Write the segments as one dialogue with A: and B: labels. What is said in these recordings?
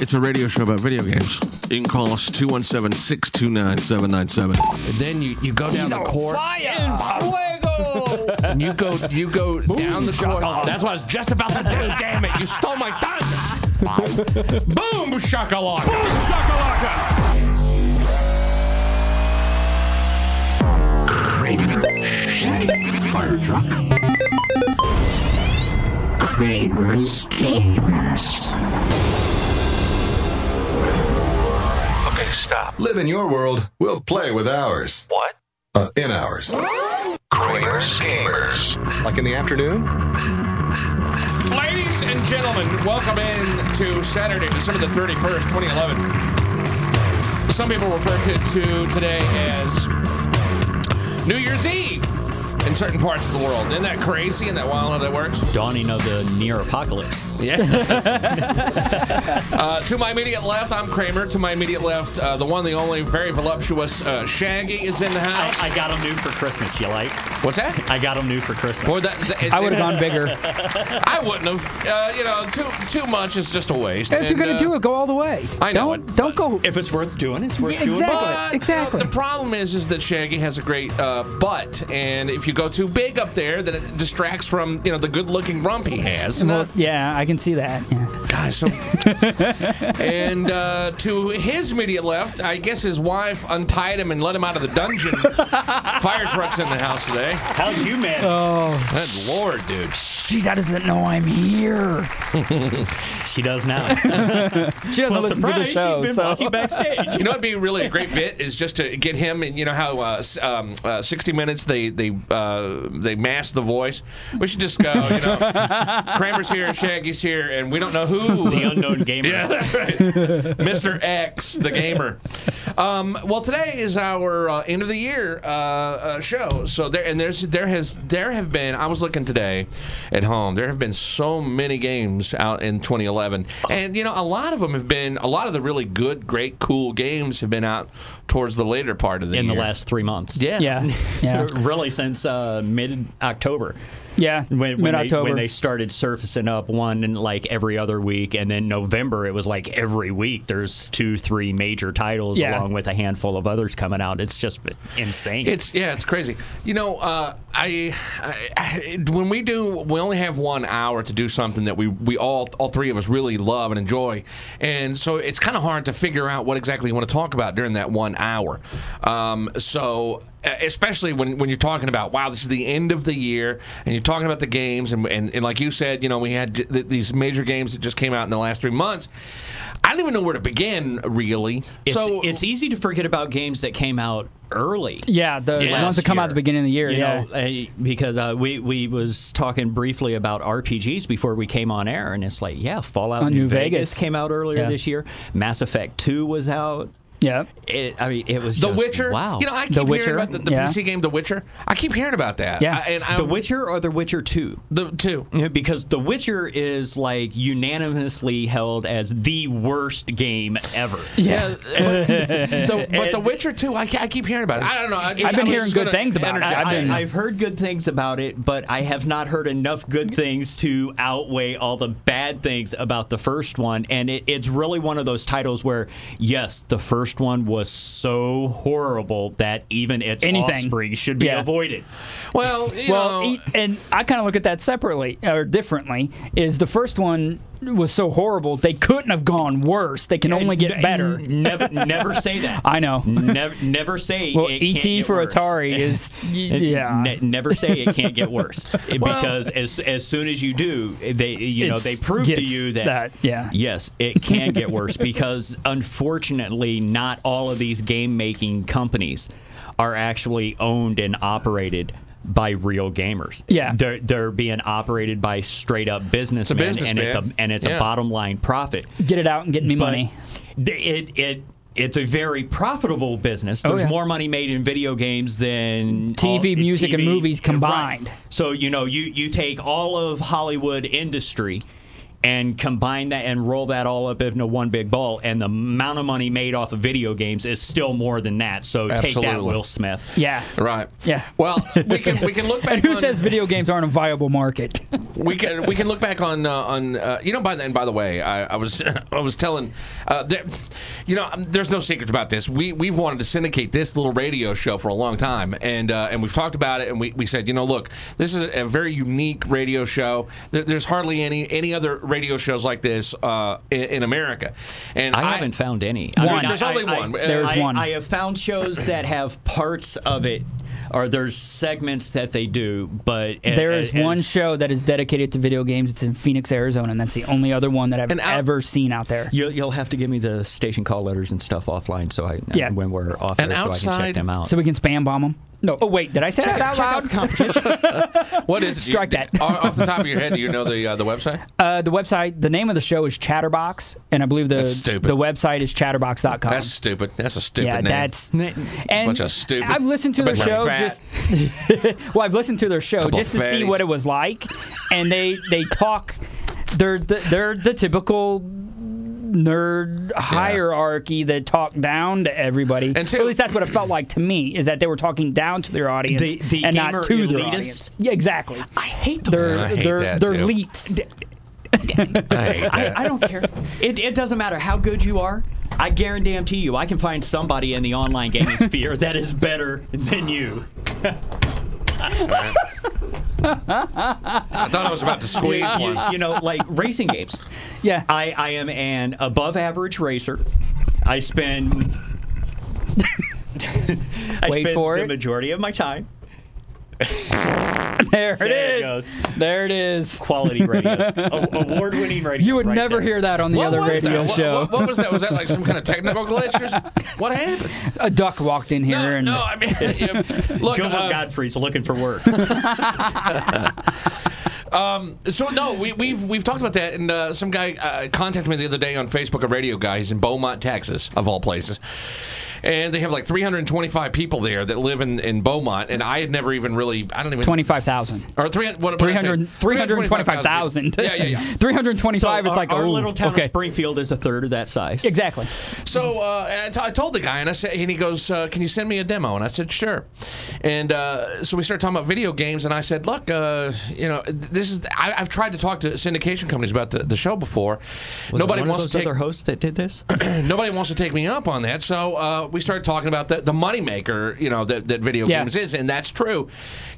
A: It's a radio show about video games. You can call us 217 629 797. Then you, you go down the court and you go you go down the court. That's what I was just about to do. Damn it! You stole my thunder. Boom shakalaka.
B: Kramer's Gamers.
C: Okay, stop.
D: Live in your world. We'll play with ours.
C: What?
D: Uh, in ours.
C: Kramer's Gamers.
D: Like in the afternoon?
E: Ladies and gentlemen, welcome in to Saturday, December the 31st, 2011. Some people refer to, to today as New Year's Eve in certain parts of the world. Isn't that crazy? Isn't that wild how that works?
F: dawning of the near apocalypse.
E: Yeah. uh, to my immediate left, I'm Kramer. To my immediate left, uh, the one, the only, very voluptuous uh, Shaggy is in the house.
F: I, I got them new for Christmas. You like?
E: What's that?
F: I got them new for Christmas.
E: Boy, that, that-
G: I would have gone bigger.
E: I wouldn't have. Uh, you know, too too much is just a waste. uh,
G: if you're gonna do it, go all the way.
E: I know
G: Don't
E: it,
G: don't go.
F: if it's worth doing, it's worth
G: Yeah,
F: doing.
G: exactly.
E: But
G: Exactly.
E: The problem is, is that Shaggy has a great uh, butt, and if you go too big up there, then it distracts from you know the good-looking rump he has. And, uh,
G: Well, yeah, I can see that. Yeah.
E: guys, so, and uh, to his immediate left, I guess his wife untied him and let him out of the dungeon. Fire trucks in the house today.
F: How'd you manage?
G: Oh.
E: Good lord, dude.
G: She doesn't know I'm here.
F: she does now.
G: She doesn't
F: well,
G: listen
F: surprise,
G: to the show.
F: she's been
G: so.
F: watching backstage.
E: You know, it'd be really a great bit is just to get him, and you know how uh, s- um, uh, 60 Minutes they they uh, they mask the voice. We should just go. You know, Kramer's here, Shaggy's here, and we don't know who.
F: the unknown gamer.
E: yeah, that's right. Mr. X, the gamer. Um, well, today is our uh, end of the year uh, uh, show. So there and there's there has there have been. I was looking today at home. There have been so many games out in 2011, and you know a lot of them have been a lot of the really good, great, cool games have been out towards the later part of the
F: In the
E: year.
F: last three months.
E: yeah
G: Yeah, yeah,
F: Really, since uh, mid October.
G: yeah.
F: When, when,
G: Mid
F: they, when
G: October.
F: they started surfacing up one in, like every other week, and then November, it was like every week there's two, three major titles
G: Yeah.
F: along with a handful of others coming out. It's just insane.
E: It's yeah, it's crazy. You know, uh, I, I, I when we do, we only have one hour to do something that we we all all three of us really love and enjoy, and so it's kind of hard to figure out what exactly you want to talk about during that one hour. Um, so. uh, Especially when, when you're talking about wow, this is the end of the year, and you're talking about the games, and, and, and like you said, you know we had j- th- these major games that just came out in the last three months. I don't even know where to begin, really.
F: It's,
E: so
F: it's easy to forget about games that came out early.
G: Yeah, the
F: Yeah.
G: ones that come out at the beginning of the year.
F: You
G: yeah,
F: know, eh, because uh, we we was talking briefly about RPGs before we came on air, and it's like, yeah, Fallout
G: On
F: New
G: New
F: Vegas.
G: Vegas.
F: came out earlier
G: Yeah.
F: this year. Mass Effect Two was out.
G: yeah.
F: It, I mean, it was
E: The
F: just,
E: Witcher.
F: Wow,
E: You know, I
G: The
E: keep
G: Witcher,
E: hearing about the, the
G: yeah.
E: PC game The Witcher. I keep hearing about that.
G: Yeah.
E: I, and I,
F: The Witcher or The Witcher Two.
E: The two.
F: Yeah, Because The Witcher is like unanimously held as the worst game ever.
E: Yeah, but, the, but The Witcher two, I, I keep hearing about it. I don't know. I just,
G: I've been
E: I was
G: hearing
E: just
G: good
E: gonna
G: things about it.
E: energize-
G: I've
F: I,
G: been-
F: have heard good things about it, but I have not heard enough good things to outweigh all the bad things about the first one. And it, it's really one of those titles where, yes, the first one was so horrible that even its
G: Anything.
F: offspring should be
G: Yeah.
F: avoided.
E: Well, you
G: well,
E: know,
G: e- and I kind of look at that separately or differently. Is the first one was so horrible they couldn't have gone worse. They can only get
F: N-
G: better.
F: Never, never say that.
G: I know.
F: Never, never say.
G: Well,
F: it can't
G: ET
F: get
G: for
F: worse.
G: Atari is yeah.
F: Ne- never say it can't get worse because as as soon as you do, they you know
G: It's-
F: they prove to
G: gets
F: you that,
G: that, yeah.
F: yes, it can get worse because unfortunately, not all of these game making companies are actually owned and operated. By real gamers,
G: Yeah.
F: they're they're being operated by straight up businessmen, and it's a
E: businessman.
F: and it's
E: Yeah.
F: a bottom line profit.
G: Get it out and get me
F: But
G: money.
F: th- It it it's a very profitable business. There's
G: Oh, yeah.
F: more money made in video games than
G: TV, music, and movies
F: right.
G: combined.
F: So you know, you you take all of Hollywood industry. and combine that and roll that all up into one big ball. And the amount of money made off of video games is still more than that. So take that,
E: Absolutely.
F: Will Smith.
G: Yeah.
E: Right.
G: Yeah.
E: Well, we can we can look back.
G: And who
E: on-
G: says video games aren't a viable market?
E: we can we can look back on uh, on uh, you know by the, and by the way I, I was I was telling uh, there, you know um, there's no secret about this we we've wanted to syndicate this little radio show for a long time and uh, and we've talked about it and we, we said you know look this is a, a very unique radio show there, there's hardly any any other radio shows like this uh, in, in America and
F: I, haven't found any.
G: One.
F: I mean,
G: There's
F: I-
E: only
F: I-
E: one.
F: I-
E: There's
F: I-
G: one.
F: I have found shows that have parts of it, or there's segments that they do, but a-
G: There
F: a-
G: is
F: as-
G: one show that is dedicated to video games. It's in Phoenix, Arizona, and that's the only other one that I've
E: And out-
G: ever seen out there.
F: You'll, you'll have to give me the station call letters and stuff offline, so I uh,
G: Yeah.
F: when we're off
E: And
F: air, so I can
E: outside-
F: check them out.
G: So we can spam bomb them. No. Oh wait, did I say that out loud?
E: what is it? Do you-
G: Strike that.
E: off off the top of your head do you know the uh, the website
G: Uh, the website, the name of the show is Chatterbox, and I believe the
E: That's stupid.
G: the website is chatterbox.com.
E: that's stupid that's a stupid
G: yeah,
E: name
G: that's and
E: Bunch of stupid-
G: I've listened to their
E: Bunch of
G: show
E: fat.
G: just well, I've listened to their show
E: Couple
G: just to see
E: fatties.
G: what it was like, and they they talk. They're the, they're the typical nerd hierarchy that talk down to everybody.
E: And two-
G: Or at least that's what it felt like to me is that they were talking down to their audience
F: The- the
G: and not
F: gamer
G: to their
F: elitist?
G: audience. Yeah, exactly.
F: I hate those.
G: They're
E: Yeah, I hate
G: they're
E: that
G: they're
E: too.
G: elites.
E: I hate that.
F: I, I don't care. It, it doesn't matter how good you are. I guarantee you, I can find somebody in the online gaming sphere that is better than you.
E: I thought I was about to squeeze one.
F: You, you know, like racing games.
G: Yeah.
F: I, I am an above average racer. I spend. I
G: Wait
F: spend
G: for
F: the
G: it.
F: majority of my time
G: There, it
F: There it
G: is.
F: goes.
G: there it is.
F: quality radio, award winning radio.
G: You would
F: right
G: never
F: there.
G: hear that on the
E: What
G: other
E: was
G: radio
E: that? What-
G: show.
E: What, what, was that? Was that like some kind of technical glitch? Or something? what happened?
G: A duck walked in here
E: No,
G: and
E: no, I mean, you know, look.
F: Good
E: uh,
F: one, Godfrey's looking for work.
E: um, so no, we, we've we've talked about that, and uh, some guy uh, contacted me the other day on Facebook, a radio guy. He's in Beaumont, Texas, of all places. And they have like 325 people there that live in, in Beaumont, and I had never even really, I don't even.
G: twenty five thousand.
E: Or 300, what, what did I say?
G: 300, 325,000.
E: Yeah, yeah, yeah.
G: 325,
F: So
G: it's
F: our,
G: like,
F: our
G: oh,
F: little town
G: okay.
F: of Springfield is a third of that size.
G: Exactly.
E: So uh, I, t- I told the guy, and I said, and he goes, uh, "Can you send me a demo?" And I said, "Sure." And uh, so we started talking about video games, and I said, "Look, uh, you know, th- this is I, I've tried to talk to syndication companies about the, the show before. nobody
F: one
E: wants
F: of those
E: to take
F: other hosts that did this.
E: nobody wants to take me up on that. So uh, we started talking about the, the moneymaker, you know, that, that video
G: Yeah.
E: games is, and that's true.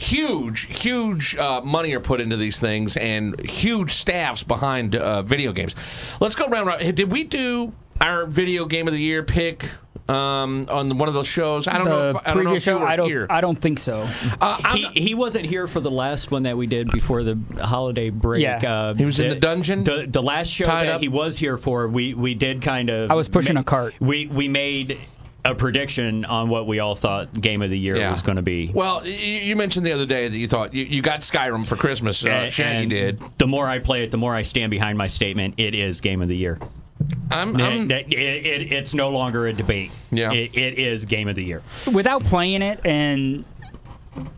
E: Huge, huge uh, money are put into these things, and huge staffs behind uh, video games. Let's go round. round. Did we do our video game of the year pick? Um, on one of those shows, I don't know. If,
G: The
E: I don't know
G: previous
E: if you
G: show,
E: were
G: I don't,
E: here.
G: I don't think so.
E: Uh, I'm
F: He,
E: not-
F: he wasn't here for the last one that we did before the holiday break. uh,
G: Yeah.
E: He was in the dungeon?
F: The, the last show
E: Tied
F: that
E: up?
F: he was here for, we, we did kind of.
G: I was pushing a cart.
F: We we made a prediction on what we all thought game of the year
E: Yeah.
F: was going to be.
E: well, y- you mentioned the other day that you thought you, you got Skyrim for Christmas. Uh,
F: A-
E: Shaggy
F: and
E: did.
F: The more I play it, the more I stand behind my statement. It is game of the year.
E: I'm,
F: That-
E: I'm
F: that- it- it- it's no longer a debate.
E: Yeah.
F: It- it is game of the year.
G: Without playing it and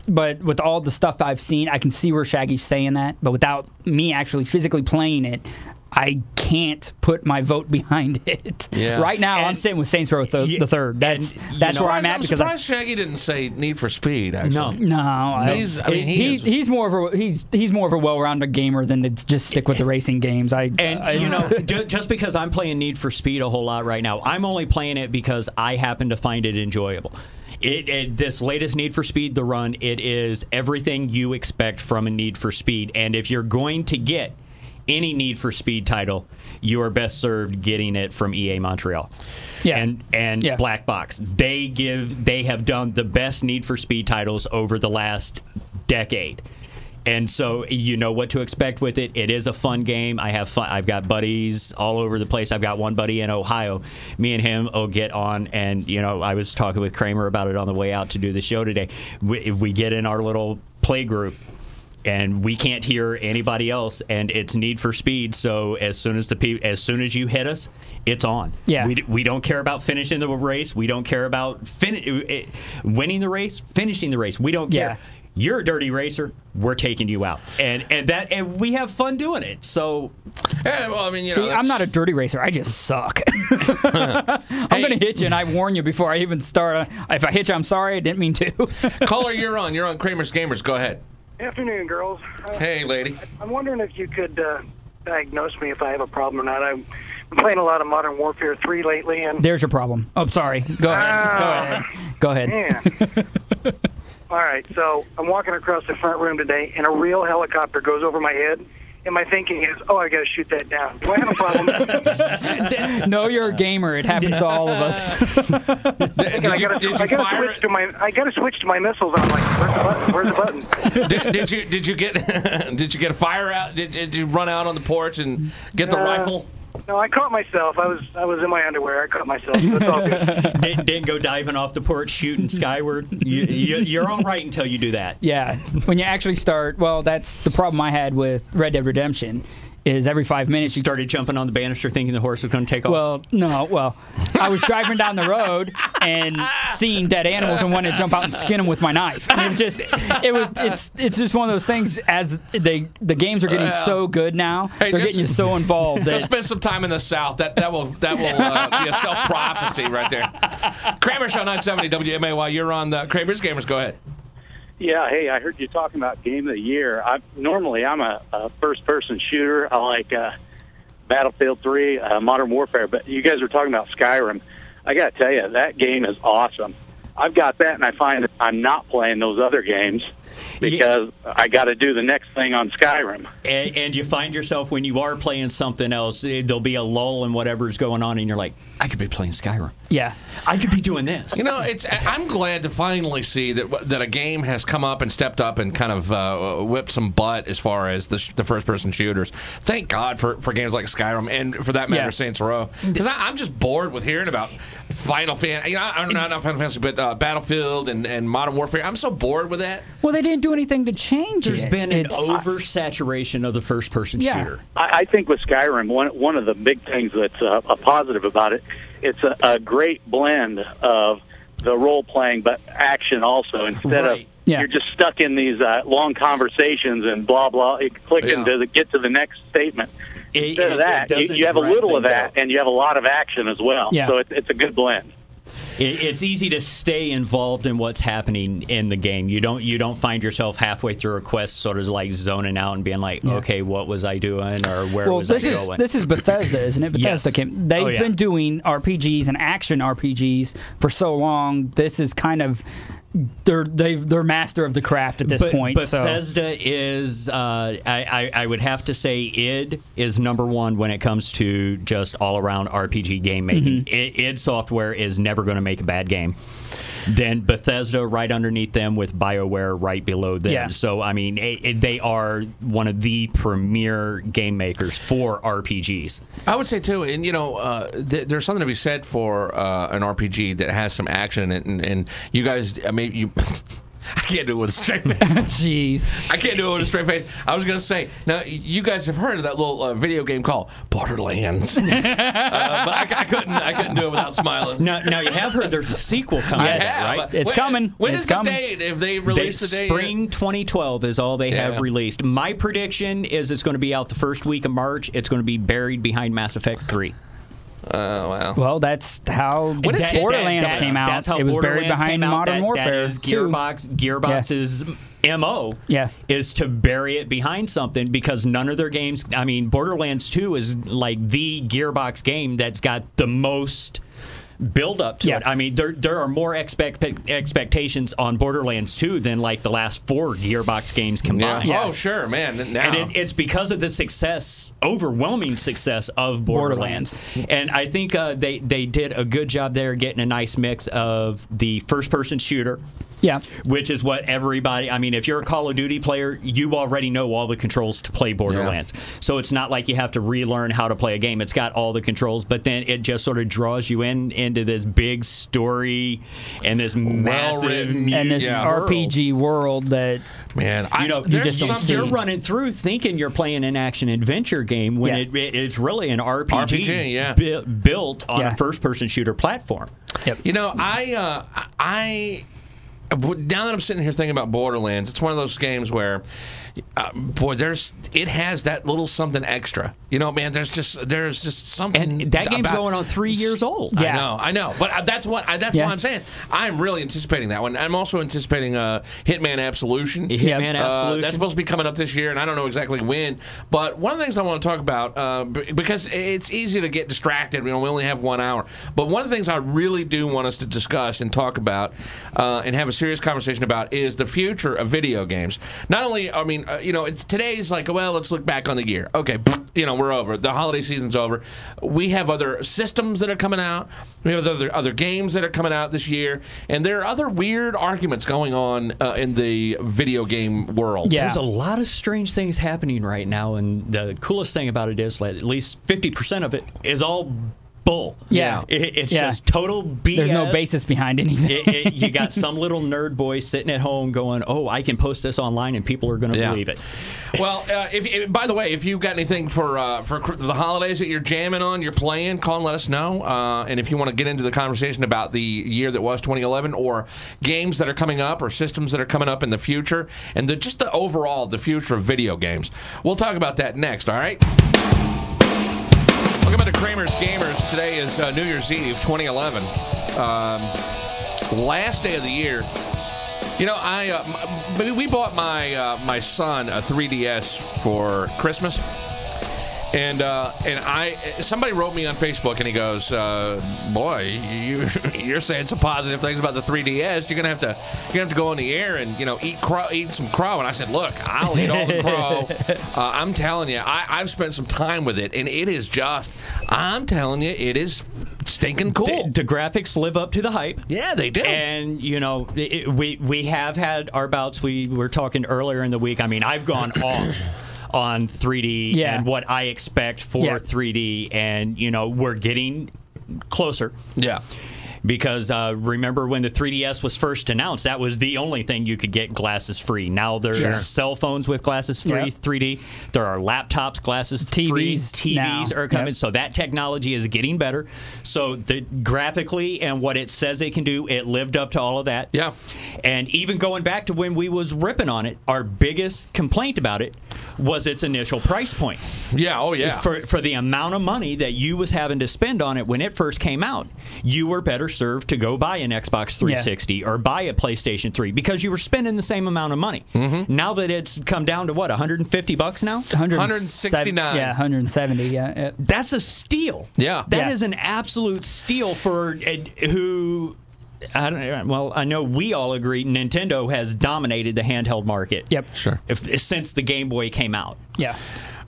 G: but with all the stuff I've seen, I can see where Shaggy's saying that. But without me actually physically playing it, I can't put my vote behind it.
E: Yeah.
G: Right now, I'm
F: And-
G: sitting with Saints Row th-
F: Yeah,
G: the third. That's
F: and,
G: that's
F: you know-
G: where I'm
E: surprised-
G: at
E: I'm
G: because I,
E: surprised Shaggy didn't say Need for Speed.
F: No.
E: Actually,
G: No, I don't-
E: He's- I mean, he is-
G: he's more of a he's he's more of a well-rounded gamer than to just stick with the racing games. I
F: And
G: I-
F: you know, ju- just because I'm playing Need for Speed a whole lot right now, I'm only playing it because I happen to find it enjoyable. It, it this latest Need for Speed the run, it is everything you expect from a Need for Speed, and if you're going to get any Need for Speed title, you are best served getting it from EA Montreal.
G: Yeah.
F: And and
G: Yeah.
F: Black Box. They give they have done the best Need for Speed titles over the last decade. And so you know what to expect with it. It is a fun game. I have fun. I've got buddies all over the place. I've got one buddy in Ohio. Me and him will get on, and you know I was talking with Kramer about it on the way out to do the show today. We, if we get in our little play group, and we can't hear anybody else, and it's Need for Speed. So as soon as the pe- as soon as you hit us, it's on.
G: Yeah.
F: We, d- we don't care about finishing eh, the race. We don't care about fin- eh, winning the race, finishing the race. We don't care.
G: Yeah.
F: you're a dirty racer. We're taking you out, and and that and we have fun doing it. So
E: Yeah, well, I mean, you know,
G: See, I'm
E: that's-
G: not a dirty racer. I just suck. I'm gonna hit you, and I warn you before I even start. Uh, If I hit you, I'm sorry. I didn't mean to.
E: caller. You're on. You're on Kramer's Gamers. Go ahead.
H: Afternoon, girls. Uh,
E: Hey, lady.
H: I'm wondering if you could uh, diagnose me if I have a problem or not. I've been playing a lot of Modern Warfare 3 lately, and
G: There's your problem. Oh, sorry. Go ahead. Go ahead. Go ahead.
H: man. All right, so I'm walking across the front room today, and a real helicopter goes over my head, and my thinking is, oh, I got to shoot that down. Do I have a problem? I
G: No, you're a gamer. It happens to all of us.
E: Did you,
H: got
E: did you
H: to
E: fire?
H: switch to my I got to switch to my missiles. I'm like, where's the button? Where's the button?
E: Did, did you did you get did you get a fire out? Did, did you run out on the porch and get the
H: Uh,
E: rifle?
H: No, I caught myself. I was I was in my underwear. I caught myself. That's all good.
F: didn't, didn't go diving off the porch, shooting skyward. You, you, you're all right until you do that.
G: Yeah. When you actually start, well, that's the problem I had with Red Dead Redemption. Is every five minutes you
F: Started jumping on the banister, thinking the horse was going to take off.
G: Well, no. Well, I was driving down the road and seeing dead animals and wanted to jump out and skin them with my knife. And it just, it was, it's, it's just one of those things. As they, the games are getting so good now,
E: Hey,
G: they're
E: just-
G: getting you so involved
E: Go
G: that
E: spend some time in the South. That that will that will uh, be a self prophecy right there. Kramer Show 970 WMAY. You're on the Kramer's Gamers. Go ahead.
I: Yeah, hey, I heard you talking about game of the year. I normally I'm a, a first-person shooter. I like uh, Battlefield 3, uh, Modern Warfare, but you guys were talking about Skyrim. I got to tell you, that game is awesome. I've got that, and I find that I'm not playing those other games because I got to do the next thing on Skyrim.
F: and, and you find yourself when you are playing something else, eh, there'll be a lull in whatever's going on, and you're like, I could be playing Skyrim.
G: yeah.
F: I could be doing this.
E: You know, it's I- I'm glad to finally see that w- that a game has come up and stepped up and kind of uh, whipped some butt as far as the, sh- the first person shooters. Thank God for, for games like Skyrim and for that matter
G: Yeah.
E: Saints Row because I'm just bored with hearing about Final Fantasy. You know, I- I'm not, not Final Fantasy, but uh, Battlefield and, and Modern Warfare. I'm so bored with that.
G: Well, they didn't do anything to change
F: There's
G: it.
F: been an
G: It's-
F: oversaturation of the first-person
G: Yeah.
F: shooter.
I: I, I think with Skyrim, one one of the big things that's uh, a positive about it, it's a, a great blend of the role playing but action also. Instead of
F: Right.
G: Yeah.
I: you're just stuck in these uh, long conversations and blah blah, you click
E: Yeah.
I: into the, get to the next statement.
F: It-
I: Instead
F: it-
I: of that,
F: it
I: you,
F: doesn't
I: you have a
F: drag
I: little of
F: things
I: that,
F: out.
I: and you have a lot of action as well.
G: Yeah.
I: So it, it's a good blend.
F: It, it's easy to stay involved in what's happening in the game. You don't you don't find yourself halfway through a quest, sort of like zoning out and being like, okay, what was I doing or where
G: well,
F: was
G: this
F: I
G: is
F: going?
G: this is Bethesda, isn't it?
F: Yes.
G: Bethesda came. They've
F: Oh, yeah.
G: been doing RPGs and action RPGs for so long. This is kind of they're they've, they're master of the craft at this
F: But
G: point. so
F: Bethesda is, uh, I, I, I would have to say, id is number one when it comes to just all around RPG game making.
G: Mm-hmm.
F: I- id software is never going to make a bad game. Then Bethesda right underneath them with BioWare right below them.
G: Yeah.
F: So, I mean, i i they are one of the premier game makers for RPGs.
E: I would say too, and you know, uh, th- there's something to be said for uh, an RPG that has some action, in it, and and you guys, I mean, you. I can't do it with a straight face.
G: jeez.
E: I can't do it with a straight face. I was gonna say, now you guys have heard of that little uh, video game called Borderlands, uh, but I, I couldn't, I couldn't do it without smiling.
F: Now, now you have heard there's a sequel coming,
G: Yes.
F: out,
E: Yeah,
F: right?
E: but
G: It's
E: when-
G: coming.
E: When
G: It's
E: is
G: coming.
E: the date? If they
F: They-
E: release the date,
F: spring 2012 is all they
E: Yeah.
F: have released. My prediction is it's going to be out the first week of March. It's going to be buried behind Mass Effect 3.
E: Oh wow.
G: Well, that's how
E: is it-
G: Borderlands
E: that-
G: came out.
F: That's how
G: it was buried
F: Borderlands
G: behind
F: came out.
G: Modern
F: That-
G: Warfare.
F: That is
G: 2.
F: Gearbox, Gearbox's MO
G: Yeah.
F: is to bury it behind something because none of their games. I mean, Borderlands 2 is like the Gearbox game that's got the most build up to
G: Yeah.
F: it. I mean, there there are more expect, expectations on Borderlands 2 than like the last four Gearbox games
E: Yeah.
F: combined.
E: Oh sure, man. Now
F: And it, it's because of the success, overwhelming success of Borderlands. And I think uh, they, they did a good job there getting a nice mix of the first person shooter,
G: Yeah.
F: which is what everybody, I mean, if you're a Call of Duty player, you already know all the controls to play Borderlands. So it's not like you have to relearn how to play a game. It's got all the controls, but then it just sort of draws you in into this big story and this massive
E: Well-written.
G: And this
E: Yeah.
G: RPG world that
E: man, I,
F: you know,
E: there's
F: you just
E: something-
F: you're running through thinking you're playing an action adventure game when
G: Yeah.
F: it, it- it's really an RPG,
E: RPG, yeah.
F: bu- built on
G: Yeah.
F: a first person shooter platform.
E: You know, I uh, I now that I'm sitting here thinking about Borderlands, it's one of those games where, uh, boy, there's it has that little something extra. You know, man, there's just there's just something.
F: And that game's
E: about-
F: going on three years old.
E: I
G: Yeah.
E: know, I know, but uh, that's what I, that's
G: Yeah.
E: what I'm saying. I'm really anticipating that one. I'm also anticipating uh, Hitman Absolution.
F: Hitman
E: Uh,
F: Absolution.
E: that's supposed to be coming up this year, and I don't know exactly when. But one of the things I want to talk about, uh, b- because it's easy to get distracted. You know, we only have one hour. But one of the things I really do want us to discuss and talk about, uh, and have a serious conversation about, is the future of video games. Not only, I mean, uh, you know, it's, today's like, well, let's look back on the year. Okay, you know, we're over. The holiday season's over. We have other systems that are coming out. We have other other games that are coming out this year, and there are other weird arguments going on uh, in the video game world.
G: Yeah.
F: There's a lot of strange things happening right now, and the coolest thing about it is, like, at least 50% of it is all bull.
G: Yeah.
F: It- it's
G: Yeah.
F: just total BS.
G: There's no basis behind anything.
F: it, it, you got some little nerd boy sitting at home going, "Oh, I can post this online and people are going to
E: Yeah.
F: believe it."
E: Well, uh, if, if- by the way, if you've got anything for uh, for cr- the holidays that you're jamming on, you're playing, call and let us know. Uh, and if you want to get into the conversation about the year that was 2011, or games that are coming up, or systems that are coming up in the future, and the, just the overall the future of video games, we'll talk about that next. All right. Welcome back to Kramer's Gamers. Today is uh, New Year's Eve, 2011, um, last day of the year. You know, I uh, m- we bought my uh, my son a 3DS for Christmas, and uh, and I somebody wrote me on Facebook and he goes, uh, "Boy, you you're saying some positive things about the 3DS. You're gonna have to you're gonna have to go on the air and you know eat crow, eat some crow." And I said, "Look, I'll eat all the crow. Uh, I'm telling you, I, I've spent some time with it, and it is just, I'm telling you, it is stinking cool.
F: The, the graphics live up to the hype.
E: yeah, they do.
F: And you know it- it- we we have had our bouts. We were talking earlier in the week. I mean, I've gone off on 3D
G: Yeah.
F: and what I expect for
G: Yeah.
F: 3D, and you know we're getting closer.
E: yeah."
F: because uh, remember when the 3DS was first announced, that was the only thing you could get glasses free. Now there's
G: Sure.
F: cell phones with glasses free,
G: Yep.
F: 3D. There are laptops, glasses free.
G: TVs
F: TVs
G: now.
F: are coming,
G: Yep.
F: so that technology is getting better. So the graphically and what it says it can do, it lived up to all of that.
E: Yeah.
F: And even going back to when we was ripping on it, our biggest complaint about it was its initial price point
E: Yeah, oh yeah.
F: for for the amount of money that you was having to spend on it when it first came out, you were better served to go buy an Xbox 360 or buy a PlayStation 3 because you were spending the same amount of money. Now that it's come down to what 150 bucks now,
E: 169.
G: Yeah, 170. Yeah. yeah.
F: that's a steal.
E: Yeah.
F: that is
G: Yeah.
F: an absolute steal for uh, who. I don't. eh, Well, I know we all agree Nintendo has dominated the handheld market.
G: Yep.
E: Sure.
F: If, since the Game Boy came out,
G: Yeah.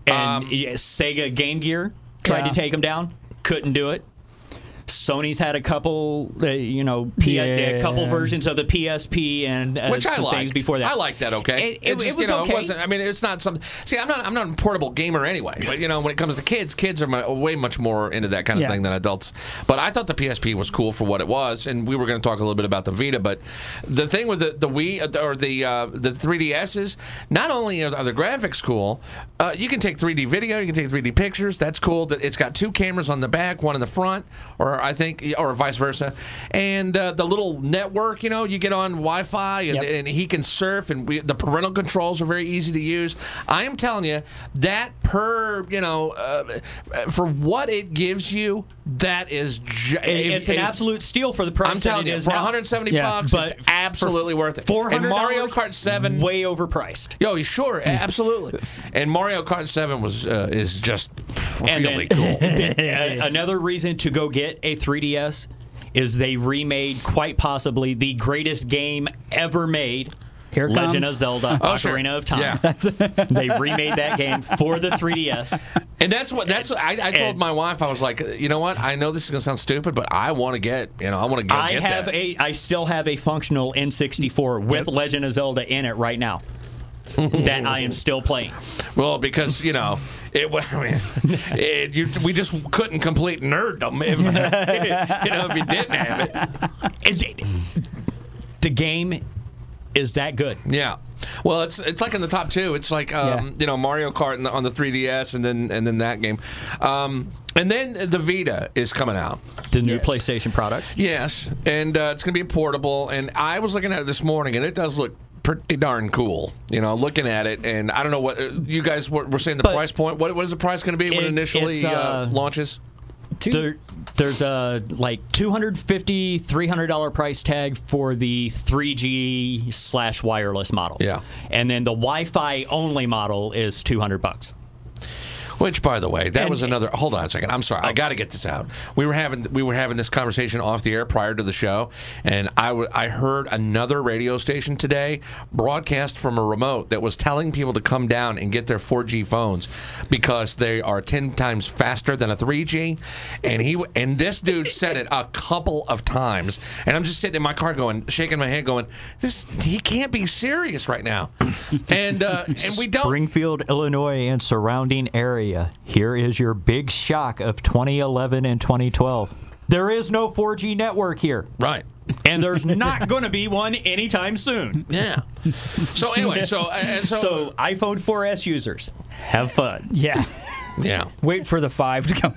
F: and
E: Um,
F: yeah, Sega Game Gear tried
G: Yeah.
F: to take them down, couldn't do it. Sony's had a couple, uh, you know, P- a couple
G: Yeah.
F: versions of the PSP and uh,
E: which I
F: some
E: liked.
F: things before that.
E: I liked that. Okay,
F: It, it-
E: It's
F: it
E: just,
F: was
E: you know,
F: okay.
E: It wasn't, I mean, it's not something. See, I'm not. I'm not a portable gamer anyway. But you know, when it comes to kids, kids are my, way much more into that kind of
G: Yeah.
E: thing than adults. But I thought the PSP was cool for what it was, and we were going to talk a little bit about the Vita. But the thing with the the Wii uh, or the uh, the 3DSs, not only are, are the graphics cool, uh, you can take 3D video, you can take 3D pictures. That's cool. That it's got two cameras on the back, one in the front, or I think, or vice versa. And uh, the little network, you know, you get on Wi-Fi, and,
G: Yep.
E: and he can surf, and we, the parental controls are very easy to use. I am telling you that per you know uh, for what it gives you, that is ju-
F: It- it's an absolute steal for the price.
E: I'm
F: that
E: telling
F: it
E: you,
F: is
E: for
F: now.
E: 170
G: Yeah.
E: bucks,
F: But
E: it's absolutely worth it.
F: Four
E: And
F: hundred
E: Mario Kart Seven,
F: way overpriced.
E: Yo, you sure, A- absolutely. And Mario Kart Seven was uh, is just
F: And
E: really
F: then-
E: cool.
F: A- another reason to go get a 3DS is they remade quite possibly the greatest game ever made.
G: Here
F: Legend
G: comes-
F: of Zelda:
E: Oh, sure.
F: Ocarina of Time.
E: Yeah.
F: they remade that game for the 3DS.
E: And that's what that's. What, I, I told
F: and-
E: my wife I was like, you know what? I know this is gonna sound stupid, but I want to get you know I want to go
F: I
E: get
F: have
E: that.
F: a, I still have a functional N64 with Legend of Zelda in it right now. that I am still playing.
E: Well, because you know, it. wa- I mean, it, you, we just couldn't complete nerddom if you know if you didn't have it.
F: It- it- the game is that good.
E: Yeah. Well, it's it's like in the top two. It's like um,
G: Yeah.
E: you know Mario Kart in the, on the 3DS, and then and then that game, um, and then the Vita is coming out.
F: The new PlayStation product.
E: Yes, and uh, it's going to be portable. And I was looking at it this morning, and it does look pretty darn cool. You know, looking at it, and I don't know what uh, you guys were, were saying. The
F: But-
E: price point. What what is the price going to be when
F: It-
E: initially
F: it's,
E: uh,
F: uh,
E: launches?
F: There, there's a like 250 300 dollar price tag for the 3G slash wireless model.
E: Yeah.
F: and then the Wi-Fi only model is 200 bucks.
E: Which, by the way, that
F: And-
E: was another. Hold on a second. I'm sorry. I got to get this out. We were having we were having this conversation off the air prior to the show, and I wa- I heard another radio station today broadcast from a remote that was telling people to come down and get their 4G phones because they are 10 times faster than a 3G, and he w- and this dude said it a couple of times, and I'm just sitting in my car going shaking my head going this he can't be serious right now, and uh, and we don't
J: Springfield, Illinois, and surrounding area. Here is your big shock of 2011 and 2012. There is no 4G network here.
E: right.
F: And there's not going to be one anytime soon.
E: Yeah. So anyway, so uh, so,
F: So iPhone 4S users, have fun.
G: Yeah.
E: yeah.
G: Wait for the five to come.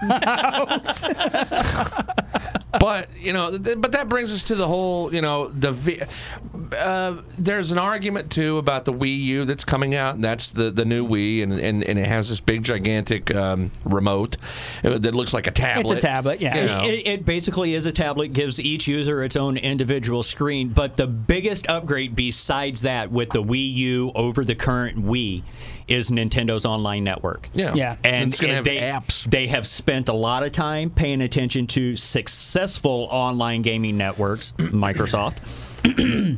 E: But you know, th- but that brings us to the whole you know the v- uh, there's an argument too about the Wii U that's coming out, and that's the the new Wii, and and, and it has this big gigantic um, remote uh, that looks like a tablet.
G: tablet, yeah.
E: You know.
F: It, it basically is a tablet, gives each user its own individual screen. But the biggest upgrade besides that with the Wii U over the current Wii is Nintendo's online network.
E: yeah.
G: Yeah.
F: And
E: it's gonna
F: and
E: have
F: they,
E: apps.
F: They have spent a lot of time paying attention to successful online gaming networks, Microsoft. and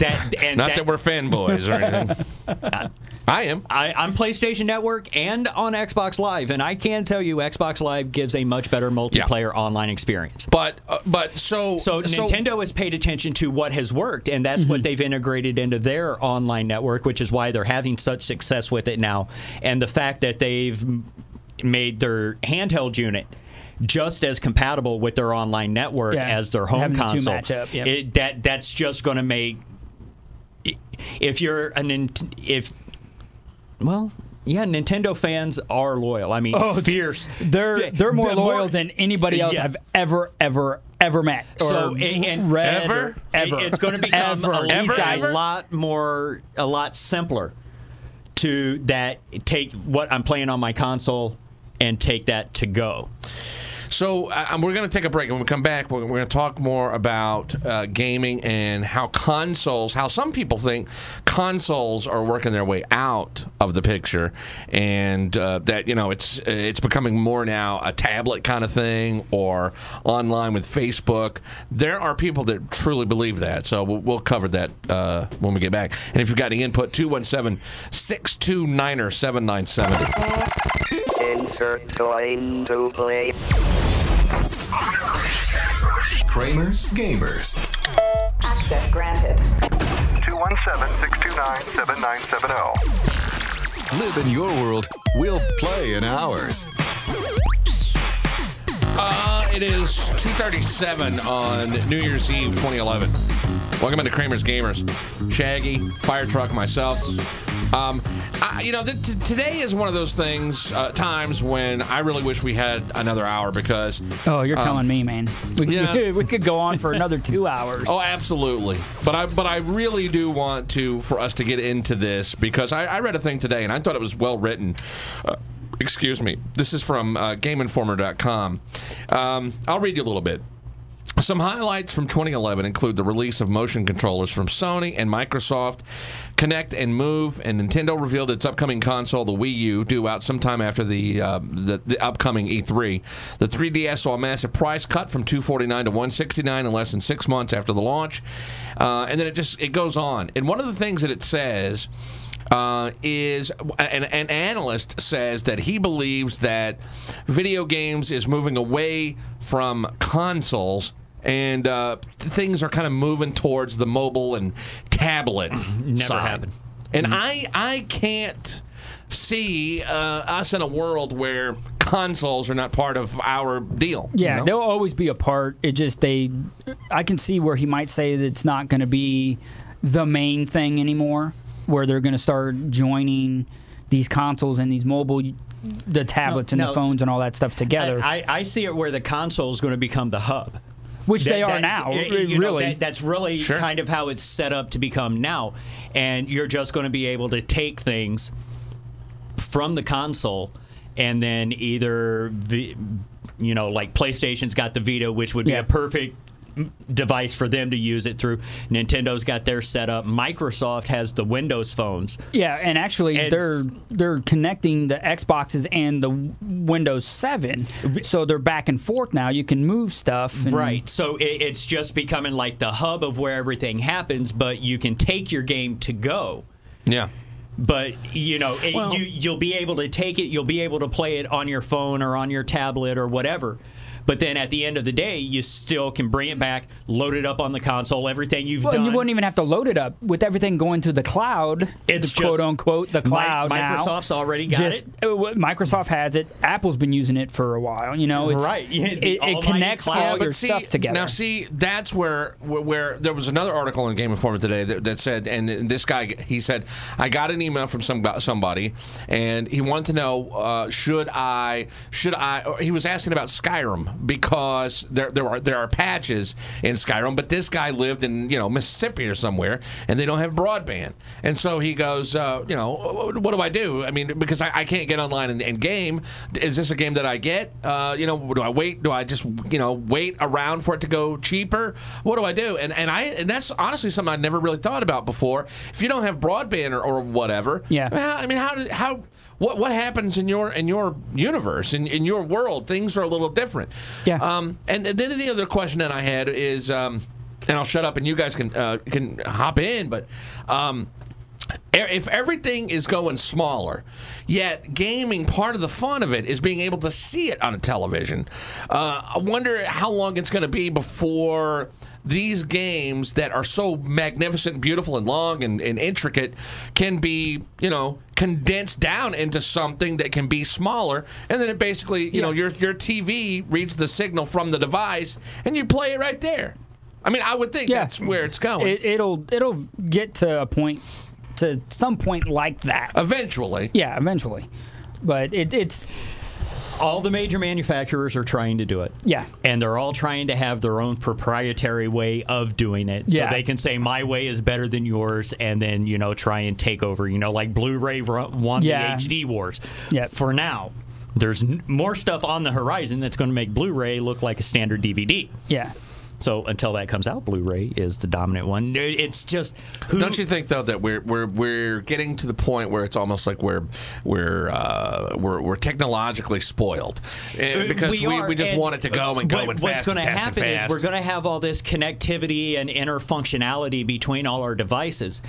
F: that and
E: Not that, we're fanboys or anything. I am.
F: I, I'm PlayStation Network and on Xbox Live, and I can tell you Xbox Live gives a much better multiplayer online experience.
E: But uh, but so
F: So, Nintendo has paid attention to what has worked, and that's
G: Mhm.
F: what they've integrated into their online network, which is why they're having such success with it now. And the fact that they've m- made their handheld unit just as compatible with their online network
G: Yeah.
F: as their home
G: Having the two
F: console,
G: match up, yep.
F: it, that that's just going to make if you're a Nint- if well. Yeah, Nintendo fans are loyal. I mean, fierce.
G: Oh, They're
F: Fi-
G: they're more
F: the
G: loyal than anybody else
F: Yes.
G: I've ever ever ever met. Or
F: So, and- and-
G: read
E: Ever?
G: or ever.
F: It- It's going to become
G: ever.
F: a,
G: These
E: Ever,
G: guys-
E: ever?
F: a lot more, a lot simpler to that take what I'm playing on my console and take that to go.
E: So uh, um, we're going to take a break. When we come back, we're, we're going to talk more about uh, gaming and how consoles, how some people think consoles are working their way out of the picture, and uh, that you know it's it's becoming more now a tablet kind of thing or online with Facebook. There are people that truly believe that. So we'll, we'll cover that uh, when we get back. And if you've got any input, 217 629 or 7970.
B: Insert coin to play.
D: Kramer's Gamers.
K: Access granted.
C: 217-629-7970.
D: Live in your world. We'll play in ours.
E: Uh, it is 2.37 on New Year's Eve 2011. Welcome into Kramer's Gamers. Shaggy, Fire Truck, myself. Um, I, you know, th- t- today is one of those things, uh, times when I really wish we had another hour because
G: Oh, you're telling me, man. We,
E: yeah.
G: we could go on for another two hours.
E: Oh, absolutely. But I but I really do want to for us to get into this because I, I read a thing today and I thought it was well written. Uh, excuse me. This is from uh, GameInformer.com. Um, I'll read you a little bit. Some highlights from 2011 include the release of motion controllers from Sony and Microsoft, Connect and Move, and Nintendo revealed its upcoming console, the Wii U, due out sometime after the uh, the, the upcoming E3. The 3DS saw a massive price cut from 249 to 169 in less than six months after the launch, uh, and then it just it goes on. And one of the things that it says uh, is an, an analyst says that he believes that video games is moving away from consoles and uh, th- things are kind of moving towards the mobile and tablet never
F: happened.
E: and i i can't see uh, us in a world where consoles are not part of our deal you
G: Yeah,
E: know?
G: they'll always be apart. It just they, I can see where he might say that it's not going to be the main thing anymore, where they're going to start joining these consoles and these mobile, the tablets and
F: no.
G: the phones and all that stuff together.
F: I, I see it where the console is going to become the hub.
G: Which they are now,
F: y-
G: r-
F: you know,
G: really.
F: that- that's really kind of how it's set up to become now. And you're just going to be able to take things from the console and then either, the, you know, like PlayStation's got the Vita, which would be
G: Yeah.
F: a perfect m- device for them to use it through. Nintendo's got their setup. Microsoft has the Windows phones.
G: Yeah, and actually,
F: And-
G: they're they're connecting the Xboxes and the Windows Seven, so they're back and forth now. You can move stuff. And,
F: Right. So it, it's just becoming like the hub of where everything happens, but you can take your game to go.
E: Yeah.
F: But you know, it, you you'll be able to take it. You'll be able to play it on your phone or on your tablet or whatever. But then at the end of the day, you still can bring it back, load it up on the console, everything you've
G: Well,
F: done.
G: and you wouldn't even have to load it up with everything going to the cloud.
F: It's
G: the
F: just-
G: quote unquote the
F: Mi-
G: cloud. now.
F: Microsoft's already got
G: Just-
F: it.
G: uh, wh- Microsoft has it. Apple's been using it for a while. You know, it's,
F: Right. Yeah,
G: It,
F: the
G: it
F: almighty
G: connects
F: cloud.
G: all
F: Yeah, but
G: your
E: see,
G: stuff together.
E: Now, see, that's where, where where there was another article in Game Informer today that, that said, and this guy he said, I got an email from some somebody, and he wanted to know uh, should I should I? Or he was asking about Skyrim because there there are there are patches in Skyrim, but this guy lived in you know Mississippi or somewhere, and they don't have broadband, and so he goes, uh, you know, "What- what do I do? I mean, because I, I can't get online and, and game. Is this a game that I get? Uh, you know, do I wait? Do I just you know wait around for it to go cheaper? What do I do? And and I and that's honestly something I never really thought about before. If you don't have broadband or, or whatever,
G: Yeah.
E: well, I mean, how did how what what happens in your in your universe in, in your world? Things are a little different.
G: Yeah.
E: Um. And then the other question that I had is um, and I'll shut up and you guys can uh, can hop in, but um. E- If everything is going smaller, yet gaming part of the fun of it is being able to see it on a television. Uh, I wonder how long it's going to be before these games that are so magnificent, beautiful, and long and, and intricate can be, you know, condensed down into something that can be smaller, and then it basically, you know, your your TV reads the signal from the device and you play it right there. I mean, I would think
G: Yeah.
E: that's where it's going
G: it, it'll it'll get to a point to some point like that.
E: eventually.
G: Yeah, eventually. But it, it's
F: all the major manufacturers are trying to do it.
G: Yeah.
F: And they're all trying to have their own proprietary way of doing it.
G: Yeah.
F: So they can say, my way is better than yours, and then, you know, try and take over, you know, like Blu ray won
G: Yeah.
F: the HD wars.
G: Yep.
F: For now, there's n- more stuff on the horizon that's going to make Blu ray look like a standard DVD.
G: yeah.
F: So until that comes out, Blu ray is the dominant one. It- It's just. Who,
E: Don't you think though that we're we're we're getting to the point where it's almost like we're we're uh, we're, we're technologically spoiled Eh, because we, we,
F: Uh, are,
E: just
F: and-
E: want it to go and go
F: but
E: and
F: what's
E: fast
F: gonna
E: and fast
F: happen
E: and fast.
F: is we're going to have all this connectivity and interfunctionality between all our devices,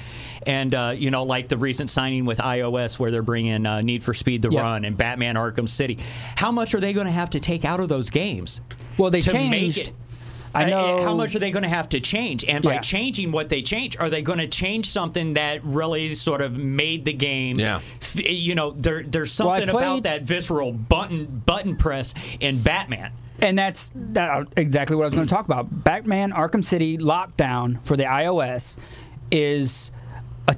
F: and uh, you know, like the recent signing with iOS where they're bringing uh, Need for Speed: The
G: Yep.
F: Run and Batman: Arkham City. How much are they going to have to take out of those games?
G: Well, they
F: to make
G: changed.
F: it?
G: I
F: Uh,
G: know.
F: How much are they going to have to change? And by
G: Yeah.
F: changing what they change, are they going to change something that really sort of made the game?
E: Yeah.
F: f- You know, there, there's
G: Well, I
F: something
G: played-
F: about that visceral button button press in Batman.
G: And that's that, exactly what I was going to talk about. Batman Arkham City Lockdown for the iOS is a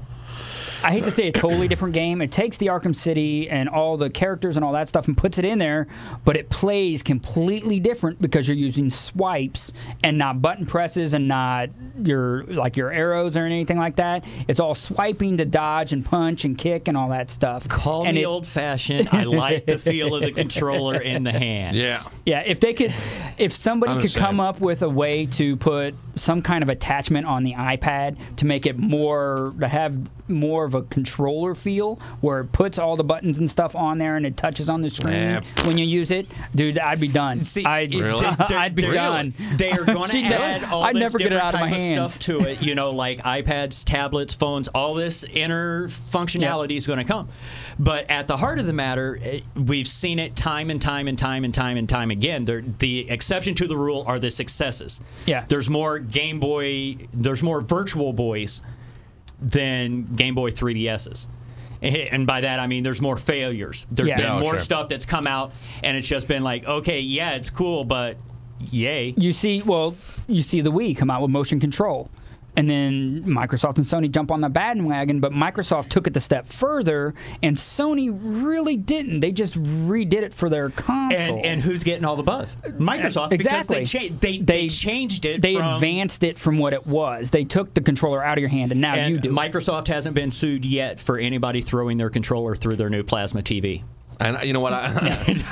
G: I hate to say a totally different game. It takes the Arkham City and all the characters and all that stuff and puts it in there, but it plays completely different because you're using swipes and not button presses and not your like your arrows or anything like that. It's all swiping to dodge and punch and kick and all that stuff.
F: Call
G: and
F: me
G: it-
F: old fashioned. I like the feel of the controller in the hand.
E: yeah.
G: Yeah, if they could, if somebody
E: I'm the
G: could
E: same.
G: come up with a way to put some kind of attachment on the iPad to make it more, to have more of a controller feel where it puts all the buttons and stuff on there and it touches on the screen
E: Yeah.
G: when you use it, dude, I'd be done.
F: See,
G: I'd,
F: it-
E: Really?
F: they're-
G: I'd be
F: they're-
G: done.
F: They are going
G: See,
F: to
G: no,
F: add all
G: I'd
F: this
G: never get it
F: different
G: out of
F: type
G: my hands.
F: stuff to it. You know, like iPads, tablets, phones, all this inner functionality is going to come. But at the heart of the matter, it, we've seen it time and time and time and time and time again. There, the exception to the rule are the successes.
G: Yeah.
F: there's more Game Boy. There's more Virtual Boys than Game Boy 3DSs. And by that I mean there's more failures. There's
G: Yeah.
F: been
G: Yeah, oh,
F: more
E: sure.
F: stuff that's come out, and it's just been like, okay, yeah, it's cool, but yay.
G: You see, well, you see the Wii come out with motion control. And then Microsoft and Sony jump on the bandwagon, but Microsoft took it a step further, and Sony really didn't. They just redid it for their console.
F: And, and who's getting all the buzz? Microsoft.
G: Exactly.
F: Because they, cha- they, they changed it.
G: They
F: from-
G: advanced it from what it was. They took the controller out of your hand, and now
F: and
G: you do. it.
F: Microsoft hasn't been sued yet for anybody throwing their controller through their new plasma TV.
E: And uh, you know what? I,